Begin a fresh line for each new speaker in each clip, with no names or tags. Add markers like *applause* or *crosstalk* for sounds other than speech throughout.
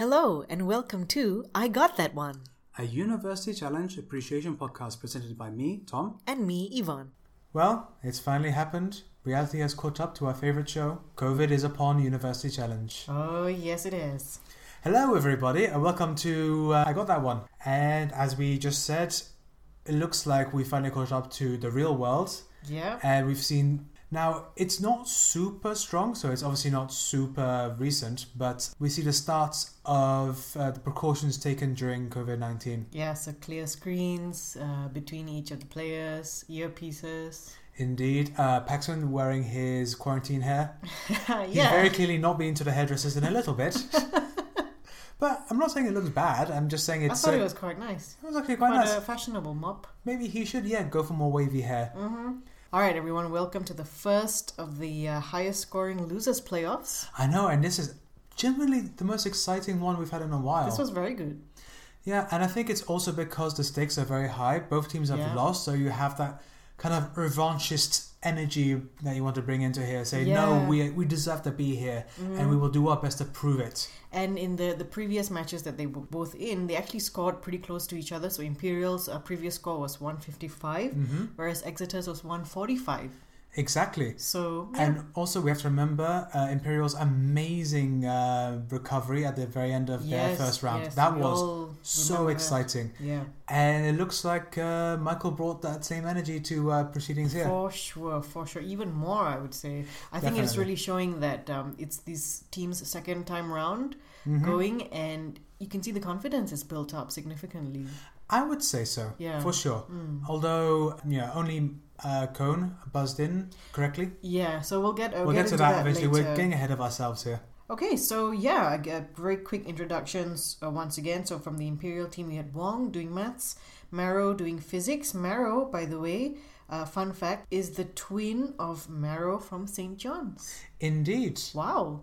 Hello, and welcome to I Got That One,
a University Challenge Appreciation podcast presented by me, Tom.
and me, Yvonne.
Well, it's finally happened. Reality has caught up to our favorite show. COVID is upon University Challenge.
Oh, yes, it is.
Hello, everybody, and welcome to uh, I Got That One. And as we just said, it looks like we finally caught up to the real world,
Yeah.
and we've seen. Now, it's not super strong, so it's obviously not super recent, but we see the starts of uh, the precautions taken during COVID 19.
Yeah, so clear screens uh, between each of the players, earpieces. *laughs*
Indeed, uh, Paxman wearing his quarantine hair. He's
yeah.
very clearly not been to the hairdressers in a
*laughs*
little bit. but I'm not saying it looks bad. I'm just saying
I
it's.
thought
uh,
it was quite nice.
it was actually quite
Quite
nice.
a fashionable mop.
Maybe he should, yeah, go for more wavy hair.
Mm. All right, everyone, welcome to the first of the uh, highest scoring losers playoffs.
I know, and this is generally the most exciting one we've had in a while.
This was very good.
Yeah, and I think it's also because the stakes are very high. Both teams have
Yeah.
lost, so you have that kind of revanchist energy that you want to bring into here. Say, no,
Yeah. Mm.
we we deserve to be here, and we will do our best to prove it.
And in the, the previous matches that they were both in, they actually scored pretty close to each other. So Imperial's uh, previous score was 155,
Mm-hmm.
whereas Exeter's was 145.
Exactly.
So, yeah.
And also, we have to remember uh, Imperial's amazing uh, recovery at the very end of
Yes,
their first round.
yes,
that
we
was
all
so
remember
exciting.
that. Yeah,
And it looks like uh, Michael brought that same energy to uh, proceedings here.
for sure, for sure. Even more, I would say. I think it's
Definitely.
really showing that um, it's these teams' second time round
Mm-hmm.
going, and you can see the confidence is built up significantly.
I would say so,
Yeah. Mm.
for sure. Although, yeah, only uh, Cone buzzed in correctly.
Yeah, so we'll get, uh,
We'll, get, to
into
that eventually. We're
later.
getting ahead of ourselves here.
Okay, so yeah, I get very quick introductions uh, once again. So from the Imperial team, we had Wong doing maths, Marrow doing physics. Marrow, by the way, uh, fun fact, is the twin of Marrow from St. John's.
Indeed.
Wow.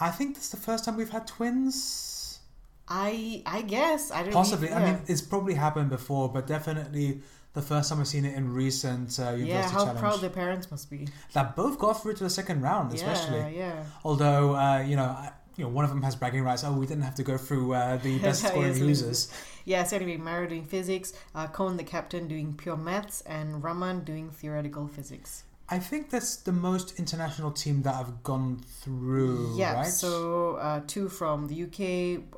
I think this is the first time we've had twins.
I I guess I don't
Possibly. I
yeah.
mean, it's probably happened before, but definitely the first time I've seen it in recent uh, University
yeah, how
Challenge.
proud their parents must be.
that both got through to the second round, especially.
Yeah, yeah.
Although, uh, you know, I, you know, one of them has bragging rights. Oh, we didn't have to go through uh,
*laughs*
the best
Yeah,
scoring
yes, it
losers.
Yeah, so anyway, Marrow doing physics, uh, Cohen the captain doing pure maths, and Raman doing theoretical physics.
I think that's the most international team that I've gone through.
yeah,
right?
so uh, two from the UK,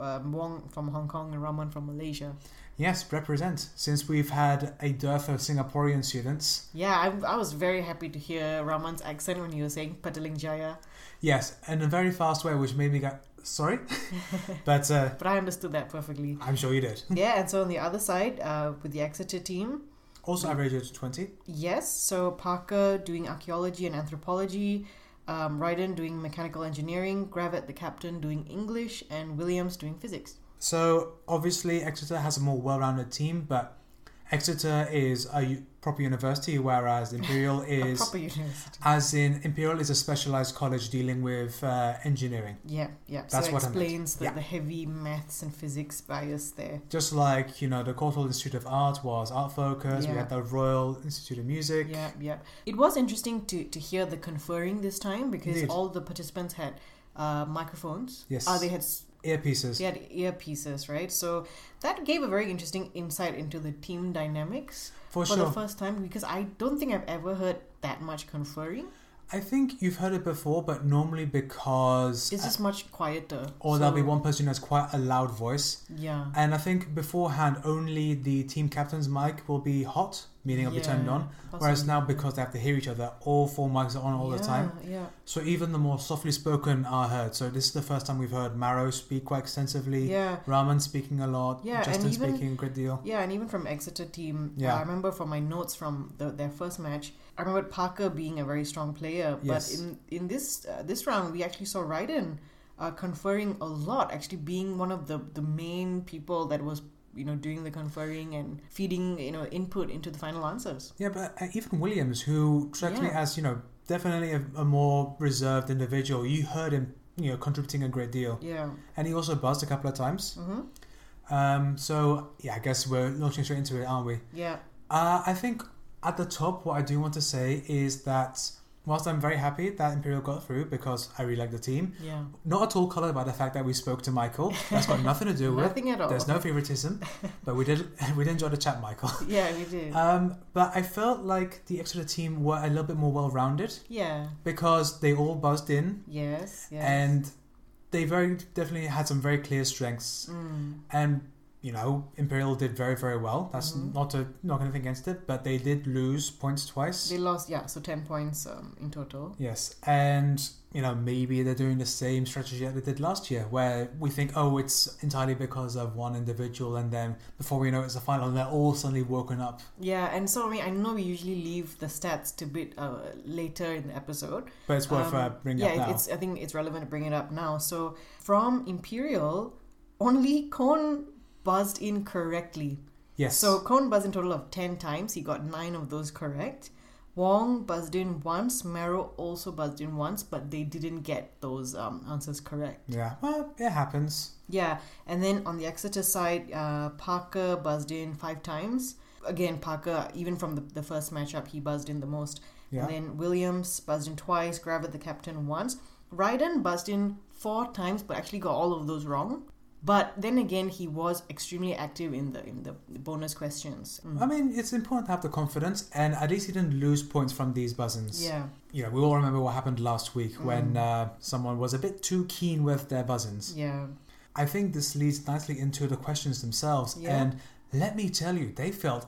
um, Wong from Hong Kong, and Raman from Malaysia.
yes, represent. Since we've had a dearth of Singaporean students.
Yeah, I, I was very happy to hear Raman's accent when you were saying Pataling Jaya,
Yes, in a very fast way, which made me go sorry, *laughs* but uh,
but I understood that
*laughs*
perfectly.
I'm sure you did.
yeah, and so on the other side, uh, with the Exeter team,
Also, average age of twenty.
Yes, so Parker doing archaeology and anthropology, um, Ryden doing mechanical engineering, Gravett the captain doing English, and Williams doing physics.
So obviously Exeter has a more well-rounded team, but Exeter is a u- proper university,
*laughs*
whereas Imperial
A
is,
proper university.
as in Imperial is a specialized college dealing with uh, engineering.
Yeah, yeah.
That's
so
what I meant.
explains the,
Yeah.
the heavy maths and physics bias there.
Just like you know, the Courtauld Institute of Art was art focused. We
Yeah.
had the Royal Institute of Music.
Yeah, yeah. It was interesting to, to hear the conferring this time because
Indeed.
all the participants had uh, microphones.
Yes.
Uh, they had s-
Earpieces.
they had earpieces, right? So that gave a very interesting insight into the team dynamics.
For
for
sure.
the first time because I don't think I've ever heard that much conferring.
I think you've heard it before, but normally because uh,
It's just much quieter.
or
So,
there'll be one person who has quite a loud voice.
Yeah.
And I think beforehand, only the team captain's mic will be hot, meaning it'll be turned
Yeah,
on. Whereas now, because they have to hear each other, all four mics are on all the time.
Yeah, yeah.
So even the more softly spoken are heard. So this is the first time we've heard Marrow speak quite extensively,
Yeah.
Raman speaking a lot,
Yeah, and
Justin
even-
speaking a great deal.
Yeah, and even from Exeter team,
Yeah.
uh, I remember from my notes from the, their first match, I remember Parker being a very strong player.
Yes.
But in in this uh, this round, we actually saw Ryden uh, conferring a lot, actually being one of the the main people that was you know doing the conferring and feeding you know input into the final answers.
Yeah, but uh, even Williams, who struck me
Yeah.
as you know definitely a, a more reserved individual, you heard him you know contributing a great deal,
Yeah.
and he also buzzed a couple of times.
Mm-hmm.
Um, so yeah, I guess we're launching straight into it, aren't we?
Yeah.
Uh, I think at the top, what I do want to say is that Whilst I'm very happy that Imperial got through because I really like the team,
Yeah.
not at all coloured by the fact that we spoke to Michael. That's got nothing
*laughs*
to do with.
Nothing at all.
There's no favoritism, but we did *laughs* we did enjoy the
*laughs*
chat, Michael.
Yeah, we did.
Um, but I felt like the Exeter team were a little bit more well-rounded
yeah.
because they all buzzed in
Yes. Yes.
and they very definitely had some very clear strengths
Mm,
and you know imperial did very very well that's
Mhm.
not a not anything against it but they did lose points twice
they lost. Yeah. So ten points um, in total.
yes and you know maybe they're doing the same strategy that they did last year where we think oh it's entirely because of one individual and then before we know it, it's the final and they're all suddenly woken up
Yeah. And so I mean, I know we usually leave the stats to bit uh, later in the episode.
but it's worth uh,
Um,
bringing
yeah,
up now
it's. I think it's relevant to bring it up now. So from Imperial, only Korn buzzed in correctly.
yes
So Cohn buzzed in total of 10 times. He got 9 of those correct. Wong buzzed in once. Marrow also buzzed in once, but they didn't get those um, answers correct.
yeah well it happens
Yeah, and then on the Exeter side, uh, Parker buzzed in 5 times. Again, Parker, even from the, the first matchup, he buzzed in the most.
yeah
And then Williams buzzed in twice, Gravett the captain once. Ryden buzzed in four times, but actually got all of those wrong. But then again, he was extremely active in the in the bonus questions. Mm.
I mean, it's important to have the confidence, and at least he didn't lose points from these buzzings.
Yeah, Mm-hmm.
You know, we all remember what happened last week when uh, someone was a bit too keen with their buzzings.
yeah,
I think this leads nicely into the questions themselves,
Yeah.
and let me tell you, they felt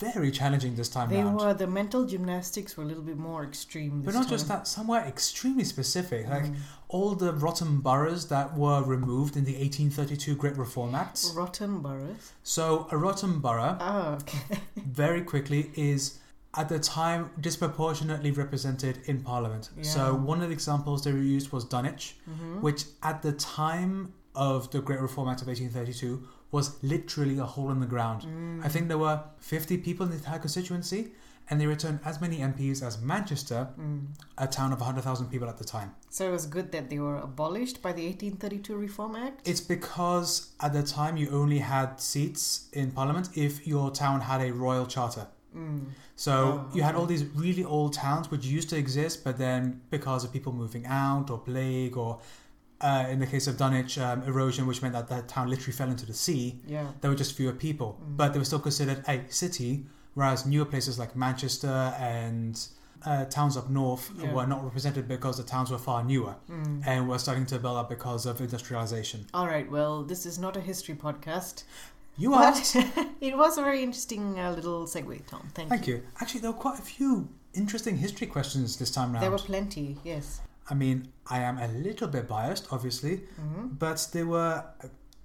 very challenging this time
they
round.
were the mental gymnastics were a little bit more extreme.
But
this
not just
time. Mm-hmm.
that, some were extremely specific, like all the rotten boroughs that were removed in the 1832 Great Reform Act.
Rotten boroughs.
So, a rotten borough
Oh, okay.
very quickly is at the time disproportionately represented in parliament.
Yeah.
So one of the examples they used was Dunwich, which at the time of the Great Reform Act of 1832 was literally a hole in the ground. I think there were 50 people in the entire constituency and they returned as many MPs as Manchester, a town of 100,000 people at the time.
So it was good that they were abolished by the 1832 Reform Act.
It's because at the time you only had seats in parliament if your town had a royal charter.
Hmm,
So
Oh,
you had all these really old towns which used to exist, but then because of people moving out or plague or uh, in the case of Dunwich, um, erosion, which meant that that town literally fell into the sea,
yeah,
there were just fewer people.
Mm.
But they were still considered a city, whereas newer places like Manchester and uh, towns up north
Yeah.
were not represented because the towns were far newer and were starting to build up because of industrialization.
hmm. All right. Well, this is not a history
*laughs*
podcast,
You are.
but *laughs* it was a very interesting uh, little segue, Tom. Thank,
Thank you. Actually, there were quite a few interesting history questions this time round.
There were plenty. Yes.
I mean, I am a little bit biased, obviously,
Mm-hmm.
but there were,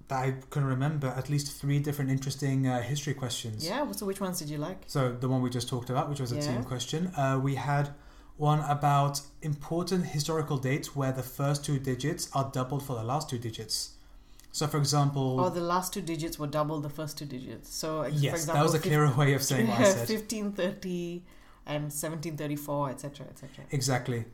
that I can remember, at least three different interesting uh, history questions.
Yeah. So which ones did you like?
So the one we just talked about, which was a
Yeah.
team question, uh, we had one about important historical dates where the first two digits are doubled for the last two digits. So, for example,
Or the last two digits were double the first two digits. So ex- Oh, for
yes,
example,
that was a clearer way of
*laughs*
saying what I said.
1530 and 1734, etc., etc.
Exactly.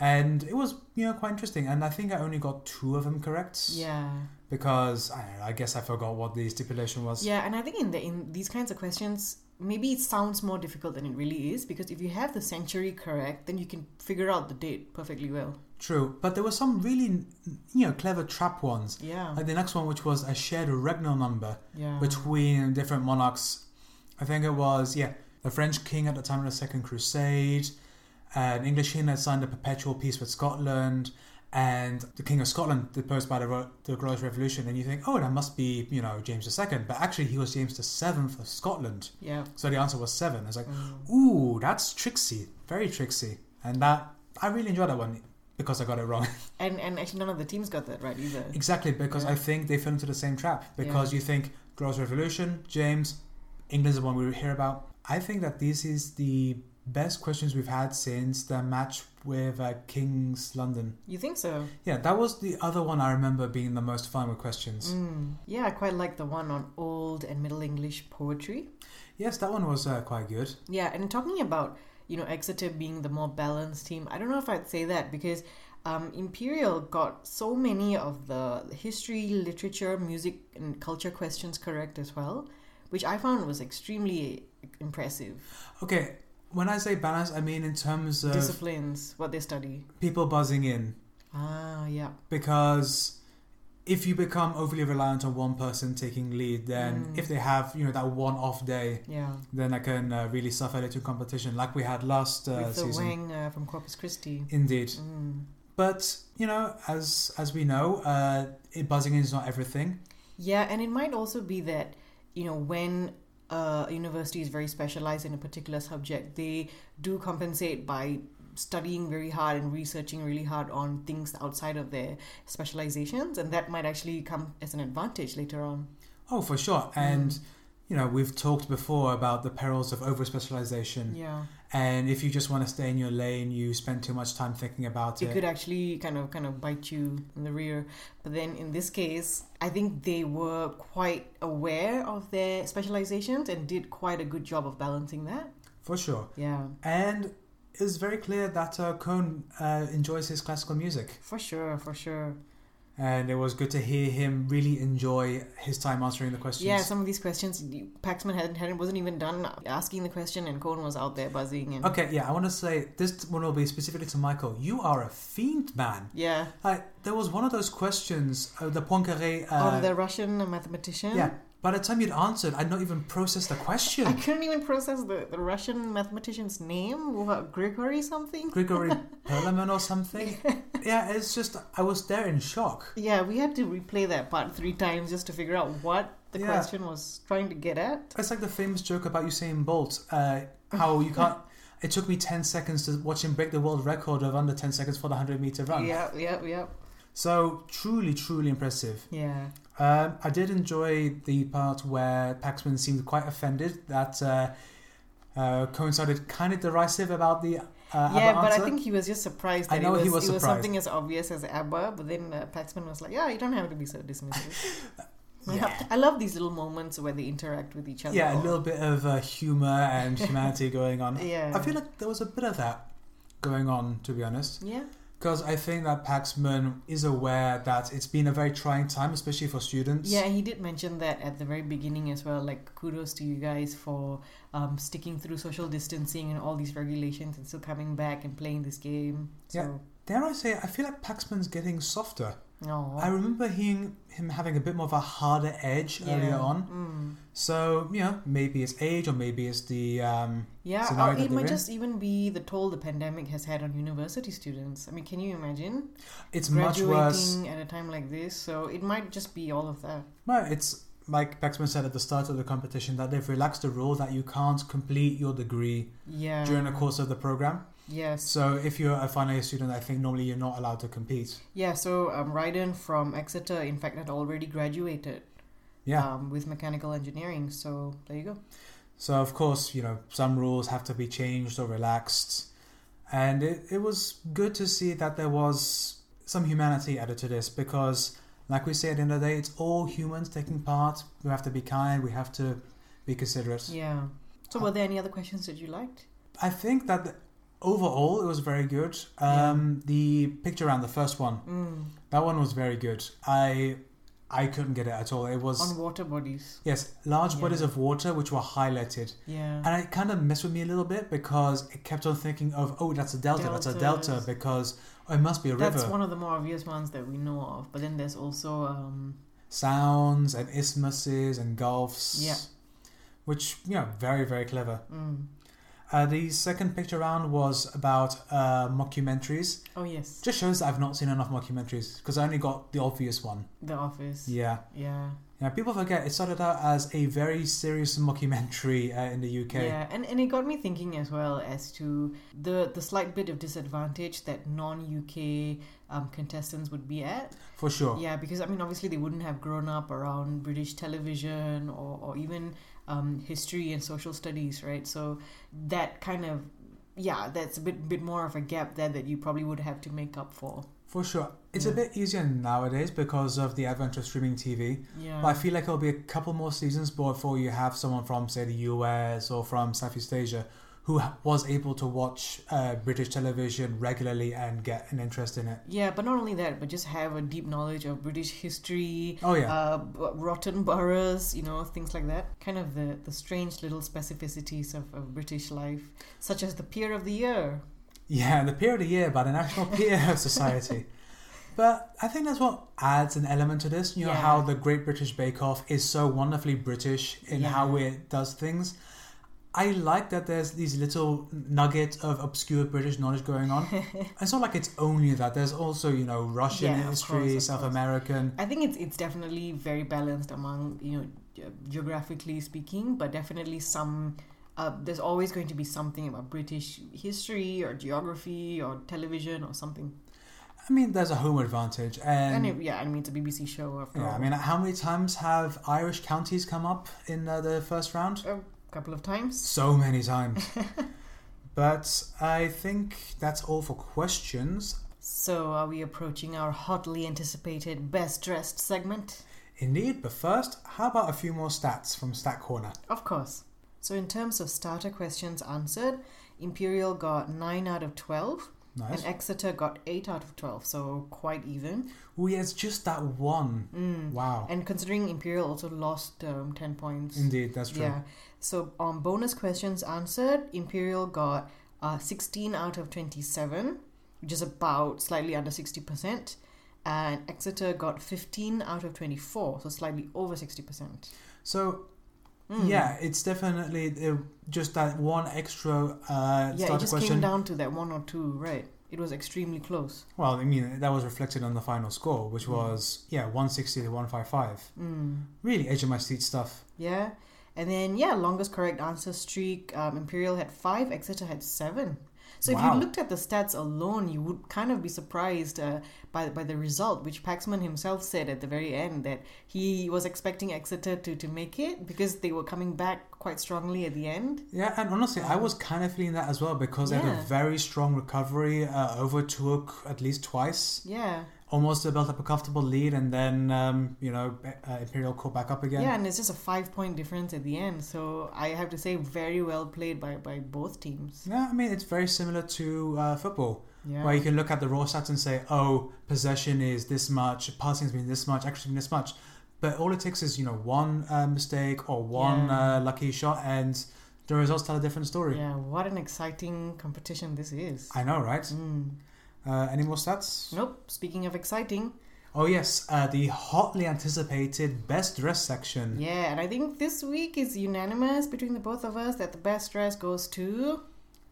And it was, you know, quite interesting. And I think I only got two of them correct.
Yeah.
Because, I don't know, I guess I forgot what the stipulation was.
Yeah, and I think in the in these kinds of questions, maybe it sounds more difficult than it really is because if you have the century correct, then you can figure out the date perfectly well.
True, but there were some really, you know, clever trap ones.
Yeah,
Like the next one, which was a shared regnal number
yeah,
between different monarchs. I think it was, yeah, the French king at the time of the Second Crusade, an English king that signed a perpetual peace with Scotland, and the King of Scotland deposed by the, Ro- the Glorious Revolution. And you think, oh, that must be, you know, James II. But actually, he was James VII of Scotland.
yeah.
So the answer was seven. It's like,
Mm.
ooh, that's tricksy, very tricksy. And that, I really enjoyed that one because I got it wrong. *laughs*
And and actually, none of the teams got that right either.
Exactly, because
Yeah.
I think they fell into the same trap. Because you think Glorious Revolution, James, England's the one we hear about. I think that this is the best questions we've had since the match with uh, Kings London.
You think so?
Yeah, that was the other one I remember being the most fun with questions.
Mm. Yeah, I quite like the one on old and middle English poetry.
Yes, that one was uh, quite good.
Yeah, and talking about you know Exeter being the more balanced team, I don't know if I'd say that because um, Imperial got so many of the history, literature, music, and culture questions correct as well, which I found was extremely impressive.
Okay, When I say balance, I mean in terms of
Disciplines, what they study.
people buzzing in.
Ah, yeah.
Because if you become overly reliant on one person taking lead, then
Mm.
if they have you know that one off day,
Yeah.
then I can uh, really suffer later in competition, like we had last uh,
With the
season.
Wang uh, from Corpus Christi.
Indeed.
Mm.
But you know, as as we know, uh, it, buzzing in is not everything.
Yeah, and it might also be that, you know, when uh, a university is very specialized in a particular subject, they do compensate by studying very hard and researching really hard on things outside of their specializations, and that might actually come as an advantage later on.
Oh, for sure.
Mm.
And you know, we've talked before about the perils of over specialization.
Yeah.
And if you just want to stay in your lane, you spend too much time thinking about
it
it.
could actually kind of kind of bite you in the rear but then in this case i think they were quite aware of their specializations and did quite a good job of balancing that
For sure.
yeah
And it's very clear that uh, Cohn uh, enjoys his classical music.
for sure for sure
And it was good to hear him really enjoy his time answering the questions.
yeah some of these questions you- paxman hadn't, hadn't wasn't even done asking the question and cohen was out there buzzing and
Okay, yeah, I want to say this one will be specifically to Michael. You are a fiend, man.
yeah
Like, there was one of those questions, uh, the Poincaré. Uh,
oh the russian mathematician
Yeah. By the time you'd answered, I'd not even processed the
I *laughs*
question.
couldn't even process the, the Russian mathematician's name, what, Grigory something.
Grigory Perelman or something. Yeah, it's just I was there in shock.
Yeah, we had to replay that part three times just to figure out what the
Yeah.
question was trying to get at.
It's like the famous joke about Usain Bolt. Uh, how you can't. It took me ten seconds to watch him break the world record of under ten seconds for the hundred meter run.
Yeah, yeah, yeah.
So truly, truly impressive.
Yeah.
Um, I did enjoy the part where Paxman seemed quite offended that uh, uh, coincided kind of derisive about the. Uh,
yeah,
other
but I
answer.
think he was just surprised
I
that
know
it was,
he was
it was
surprised.
something as obvious as ABBA, but then uh, Paxman was like, yeah, you don't have to be so dismissive.
*laughs* Yeah.
I love these little moments where they interact with each other.
yeah, a little bit of uh,
*laughs*
humor and humanity going on.
Yeah.
I feel like there was a bit of that going on, to be honest,
Yeah,
because I think that Paxman is aware that it's been a very trying time, especially for students.
yeah. He did mention that at the very beginning as well. Like, kudos to you guys for um, sticking through social distancing and all these regulations, and still coming back and playing this game.
Yeah.
So,
Dare I say, I feel like Paxman's getting softer.
no.
I remember hearing him having a bit more of a harder edge earlier on.
Mm.
So, you know, maybe it's age or maybe it's the. Um,
Yeah,
So now
or
that
it
they're
might
in-
just even be the toll the pandemic has had on university students. I mean, can you imagine
it's much
graduating
worse.
at a time like this? So it might just be all of that.
Well, it's like Paxman said at the start of the competition that they've relaxed the rule that you can't complete your degree
Yeah.
during the course of the program.
yes.
So if you're a final year student, I think normally you're not allowed to compete.
Yeah. So um, Ryden from Exeter, in fact, had already graduated.
Yeah.
Um, with mechanical engineering. So there you go.
So of course, you know, some rules have to be changed or relaxed. And it, it was good to see that there was some humanity added to this because like we say at the end of the day, it's all humans taking part. We have to be kind, we have to be considerate.
Yeah. So
Uh,
were there any other questions that you liked?
I think that the, overall it was very good. Um, the picture round, the first one,
Mm.
that one was very good. I I couldn't get it at all. It was
On water bodies.
Yes, large
Yeah.
bodies of water which were highlighted.
Yeah.
And it kind of messed with me a little bit because it kept on thinking of, oh, that's a delta, that's a delta,
Deltas.
because oh, it must be a river.
That's one of the more obvious ones that we know of. But then there's also um,
Sounds and isthmuses and gulfs.
Yeah.
Which, you know, very, very clever.
mm.
Uh, the second picture round was about uh, mockumentaries.
oh yes,
Just shows that I've not seen enough mockumentaries because I only got the obvious one.
The Office.
Yeah.
yeah.
Yeah, people forget it started out as a very serious mockumentary uh, in the UK.
Yeah, and, and it got me thinking as well as to the the slight bit of disadvantage that non UK um, contestants would be at.
For sure.
Yeah, because I mean, obviously they wouldn't have grown up around British television or, or even um, history and social studies, right? So that kind of yeah, that's a bit bit more of a gap there that you probably would have to make up for.
For sure. It's a
Yeah.
bit easier nowadays because of the advent of streaming TV.
Yeah,
But I feel like it'll be a couple more seasons before you have someone from, say, the US or from Southeast Asia who ha- was able to watch uh, British television regularly and get an interest in it.
Yeah, but not only that, but just have a deep knowledge of British history,
Oh, yeah.
uh, b- rotten boroughs, you know, things like that. Kind of the, the strange little specificities of, of British life, such as the Peer of the Year.
Yeah, the peer of the year by the National Peer *laughs* Society. But I think that's what adds an element to this. You know
Yeah.
how the Great British Bake Off is so wonderfully British in
Yeah.
how it does things. I like that there's these little nuggets of obscure British knowledge going
*laughs*
on. it's not like it's only that. There's also, you know, Russian
Yeah, of
history,
course, of
South
course.
American.
I think it's it's definitely very balanced among you know ge- geographically speaking, but definitely some. Uh, there's always going to be something about British history or geography or television or something.
I mean, there's a home advantage. And,
And, it, Oh. yeah, I mean it's a BBC show after
yeah,
all.
I mean, how many times have Irish counties come up in uh, the first round?
a couple of times.
So many
*laughs*
times. but I think that's all for questions.
So are we approaching our hotly anticipated best dressed segment?
Indeed, but first, how about a few more stats from Stat Corner?
Of course. So in terms of starter questions answered, Imperial got nine out of twelve,
Nice.
and uh, Exeter got eight out of twelve. So quite even. Mm.
Oh, yeah, it's just that one. Wow.
And considering Imperial also lost um, 10 points.
Indeed, Mm, that's true.
Yeah. So on bonus questions answered, Imperial got uh, 16 out of 27, which is about slightly under 60%. And Exeter got 15 out of 24, so slightly over Mm. 60%.
So,
Hmm.
yeah, it's definitely uh, just that one extra uh,
yeah, it
starter
just came
question.
down to that one or two, right? It was extremely close.
Well, I mean, that was reflected on the final score, which
Hmm.
was, yeah, 160 to 155.
Mm.
Really edge of my seat stuff.
Yeah. And then, yeah, longest correct answer streak. Um, Imperial had five, Exeter had seven. So if
Wow.
you looked at the stats alone, you would kind of be surprised uh, by by the result, which Paxman himself said at the very end that he was expecting Exeter to, to make it because they were coming back quite strongly at the end.
Yeah, and honestly, I was kind of feeling that as well because they had a
Yeah.
very strong recovery, uh, overtook at least twice,
Yeah.
almost uh, built up a comfortable lead, and then, um, you know, uh, Imperial caught back up again.
Yeah, and it's just a five point difference at the end. So I have to say, very well played by, by both teams.
Yeah, I mean, it's very similar to uh, football,
Yeah.
where you can look at the raw stats and say, oh, possession is this much, passing has been this much, actually been this much. But all it takes is, you know, one uh, mistake or one
Yeah.
uh, lucky shot, and the results tell a different story.
Yeah, what an exciting competition this is.
I know, right?
Mm.
Uh, any more stats?
Nope. Speaking of exciting,
Oh yes, uh, the hotly anticipated best dress section.
yeah, and I think this week is unanimous between the both of us that the best dress goes to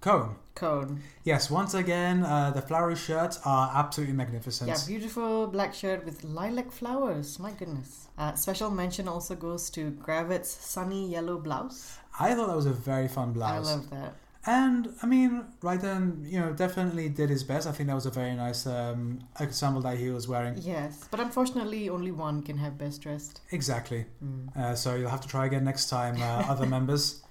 Cone.
Cone.
Yes, once again, uh, the flowery shirts are absolutely magnificent.
Yeah, beautiful black shirt with lilac flowers. My goodness. Uh, special mention also goes to Gravitt's sunny yellow blouse.
I thought that was a very fun blouse.
I love that.
and I mean, Raiden, you know, definitely did his best. I think that was a very nice um, ensemble that he was wearing.
Yes, but unfortunately, only one can have best dressed.
Exactly.
Mm.
Uh, so you'll have to try again next time, uh,
*laughs*
other members.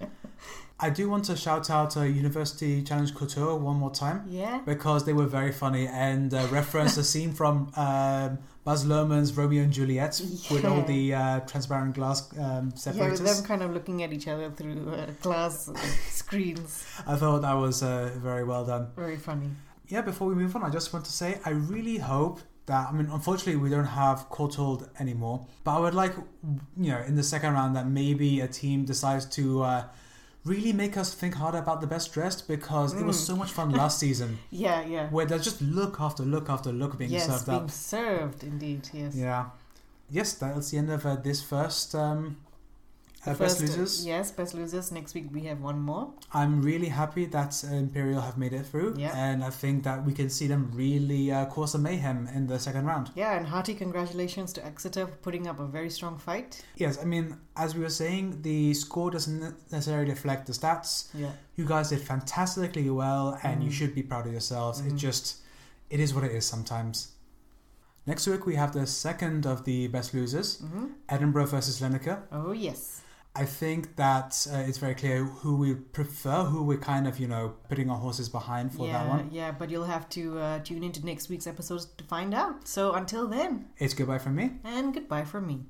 I do want to shout out uh, University Challenge Couture one more time.
Mm. Yeah.
because they were very funny and uh, referenced a scene from um, Baz Luhrmann's Romeo and Juliet with all
Yeah.
the uh, transparent glass um,
Yeah, with
separators.
them kind of looking at each other through uh, glass *laughs* screens.
I thought that was uh, very well done.
Very funny.
Yeah, before we move on, I just want to say I really hope that I mean, unfortunately, we don't have Courtauld anymore, but I would like, you know, in the second round that maybe a team decides to. Uh, Really make us think hard about the best dressed because it was
Mm.
so much fun last season
Yeah, yeah.
where there's just look after look after look being
yes,
served
being
up.
served indeed. Yes.
Yeah. Yes, that's the end of uh, this first um, uh,
The
Best
first, uh,
Losers.
Yes, best losers. Next week we have one more.
I'm really happy that uh, Imperial have made it through,
Yeah.
and I think that we can see them really uh, cause some mayhem in the second round.
Yeah, and hearty congratulations to Exeter for putting up a very strong fight.
Yes, I mean, as we were saying, the score doesn't necessarily reflect the stats.
Yeah.
You guys did fantastically well, and you
Mm.
should be proud of yourselves. It
Mhm.
just, it is what it is sometimes. Next week, we have the second of the Best Losers,
hmm
Edinburgh versus Lenica.
Oh yes.
I think that uh, it's very clear who we prefer, who we're kind of, you know, putting our horses behind for
yeah,
that one.
yeah, but you'll have to uh, tune into next week's episodes to find out. So until then,
It's goodbye from me.
and goodbye from me.